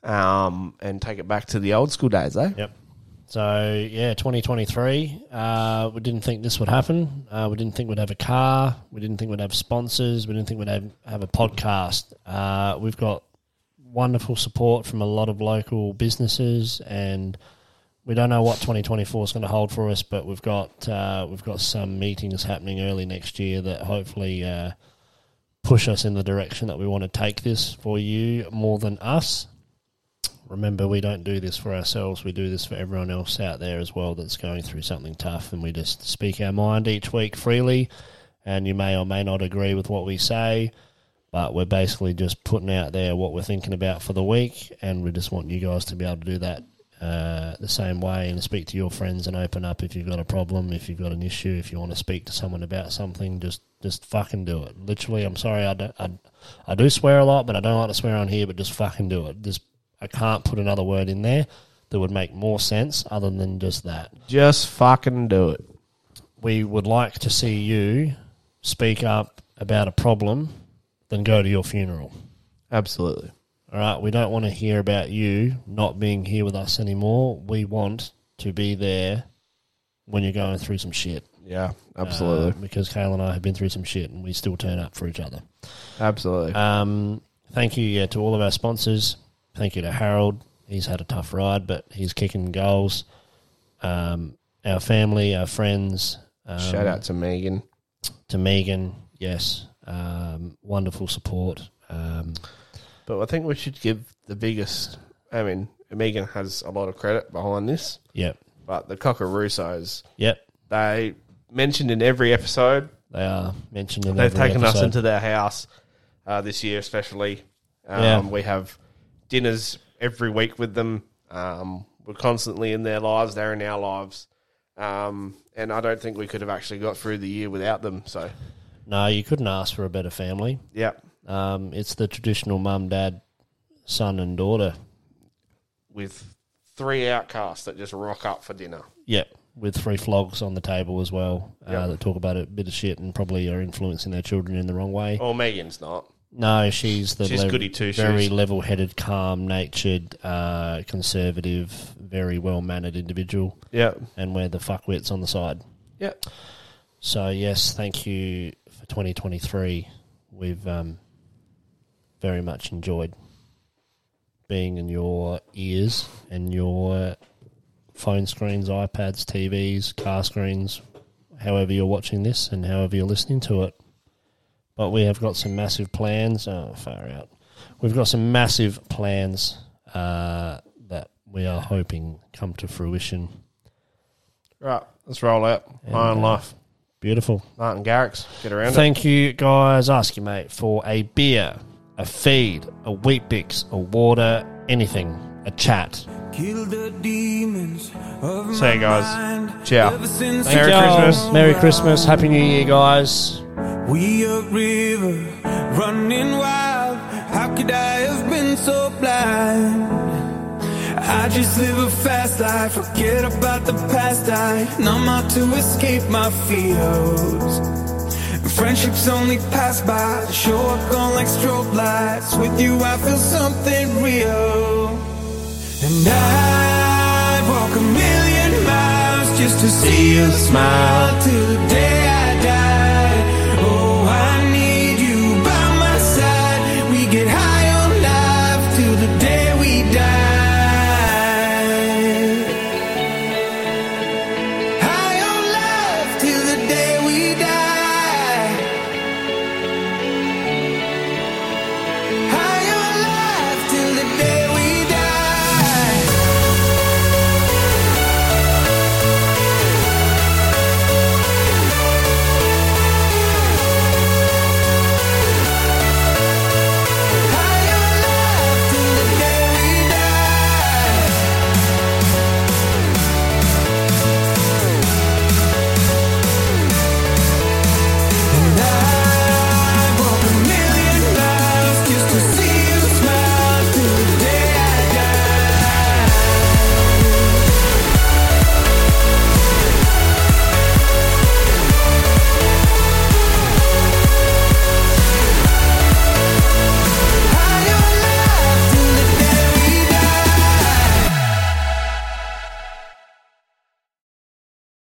[SPEAKER 3] um, and take it back to the old school days, eh?
[SPEAKER 4] Yep. So yeah, 2023. Uh, we didn't think this would happen. Uh, we didn't think we'd have a car. We didn't think we'd have sponsors. We didn't think we'd have, have a podcast. Uh, we've got wonderful support from a lot of local businesses, and we don't know what 2024 is going to hold for us. But we've got uh, we've got some meetings happening early next year that hopefully. Uh, push us in the direction that we want to take this for you more than us remember we don't do this for ourselves we do this for everyone else out there as well that's going through something tough and we just speak our mind each week freely and you may or may not agree with what we say but we're basically just putting out there what we're thinking about for the week and we just want you guys to be able to do that uh, the same way and speak to your friends and open up if you've got a problem if you've got an issue if you want to speak to someone about something just just fucking do it literally i'm sorry i don't I, I do swear a lot but i don't like to swear on here but just fucking do it just i can't put another word in there that would make more sense other than just that
[SPEAKER 3] Just fucking do it.
[SPEAKER 4] we would like to see you speak up about a problem than go to your funeral
[SPEAKER 3] Absolutely.
[SPEAKER 4] all right, we don't want to hear about you not being here with us anymore. We want to be there when you're going through some shit.
[SPEAKER 3] Yeah,
[SPEAKER 4] Uh,
[SPEAKER 3] absolutely,
[SPEAKER 4] because Kale and I have been through some shit and we still turn up for each other.
[SPEAKER 3] absolutely.
[SPEAKER 4] Um, thank you yeah, to all of our sponsors. Thank you to Harold. He's had a tough ride, but he's kicking goals. Um, our family, our friends, um,
[SPEAKER 3] Shout out to Megan.
[SPEAKER 4] to Megan. Yes, um, wonderful support. Um,
[SPEAKER 3] But I think we should give the biggest. I mean, Megan has a lot of credit behind this,
[SPEAKER 4] yep,
[SPEAKER 3] but the Cockeroosos,
[SPEAKER 4] yep.
[SPEAKER 3] they mentioned in every episode
[SPEAKER 4] They are mentioned in
[SPEAKER 3] They've
[SPEAKER 4] every
[SPEAKER 3] taken us
[SPEAKER 4] episode.
[SPEAKER 3] into their house uh, this year, especially. Um,
[SPEAKER 4] Yeah.
[SPEAKER 3] We have dinners every week with them. Um, we're constantly in their lives; they're in our lives. Um, and I don't think we could have actually got through the year without them. So,
[SPEAKER 4] No, you couldn't ask for a better family.
[SPEAKER 3] yeah,
[SPEAKER 4] Um, it's the traditional mum, dad, son, and daughter.
[SPEAKER 3] with three outcasts that just rock up for dinner.
[SPEAKER 4] Yep. With three flogs on the table as well uh, that talk about a bit of shit and probably are influencing their children in the wrong way.
[SPEAKER 3] Well, Megan's not.
[SPEAKER 4] No, she's the
[SPEAKER 3] Oh. She's goody two-shoes.
[SPEAKER 4] very level-headed, calm-natured, uh, conservative, very well-mannered individual,
[SPEAKER 3] Yeah,
[SPEAKER 4] and we're the fuckwits on the side.
[SPEAKER 3] yeah.
[SPEAKER 4] So yes, thank you for 2023. We've um, very much enjoyed being in your ears and your phone screens, iPads, TVs, car screens, however you're watching this and however you're listening to it. But we have got some massive plans. Oh, far out. We've got some massive plans uh, that we are hoping come to fruition.
[SPEAKER 3] Right, let's roll out. Iron Life,
[SPEAKER 4] Beautiful.
[SPEAKER 3] Martin Garrix, get around it.
[SPEAKER 4] Thank you, guys. Ask your mate for a beer, a feed, a wheat bix, a water, anything, a chat.
[SPEAKER 3] See you guys. Ciao. Merry
[SPEAKER 4] Y'all,
[SPEAKER 3] Christmas.
[SPEAKER 4] Merry Christmas. Happy New Year, guys.
[SPEAKER 2] We a river running wild. How could I have been so blind? I just live a fast life, forget about the past. I numb out to escape my fears. Friendships only pass by, they show up gone like strobe lights. With you, I feel something real. And I'd walk a million miles just to see you smile till the day Oh,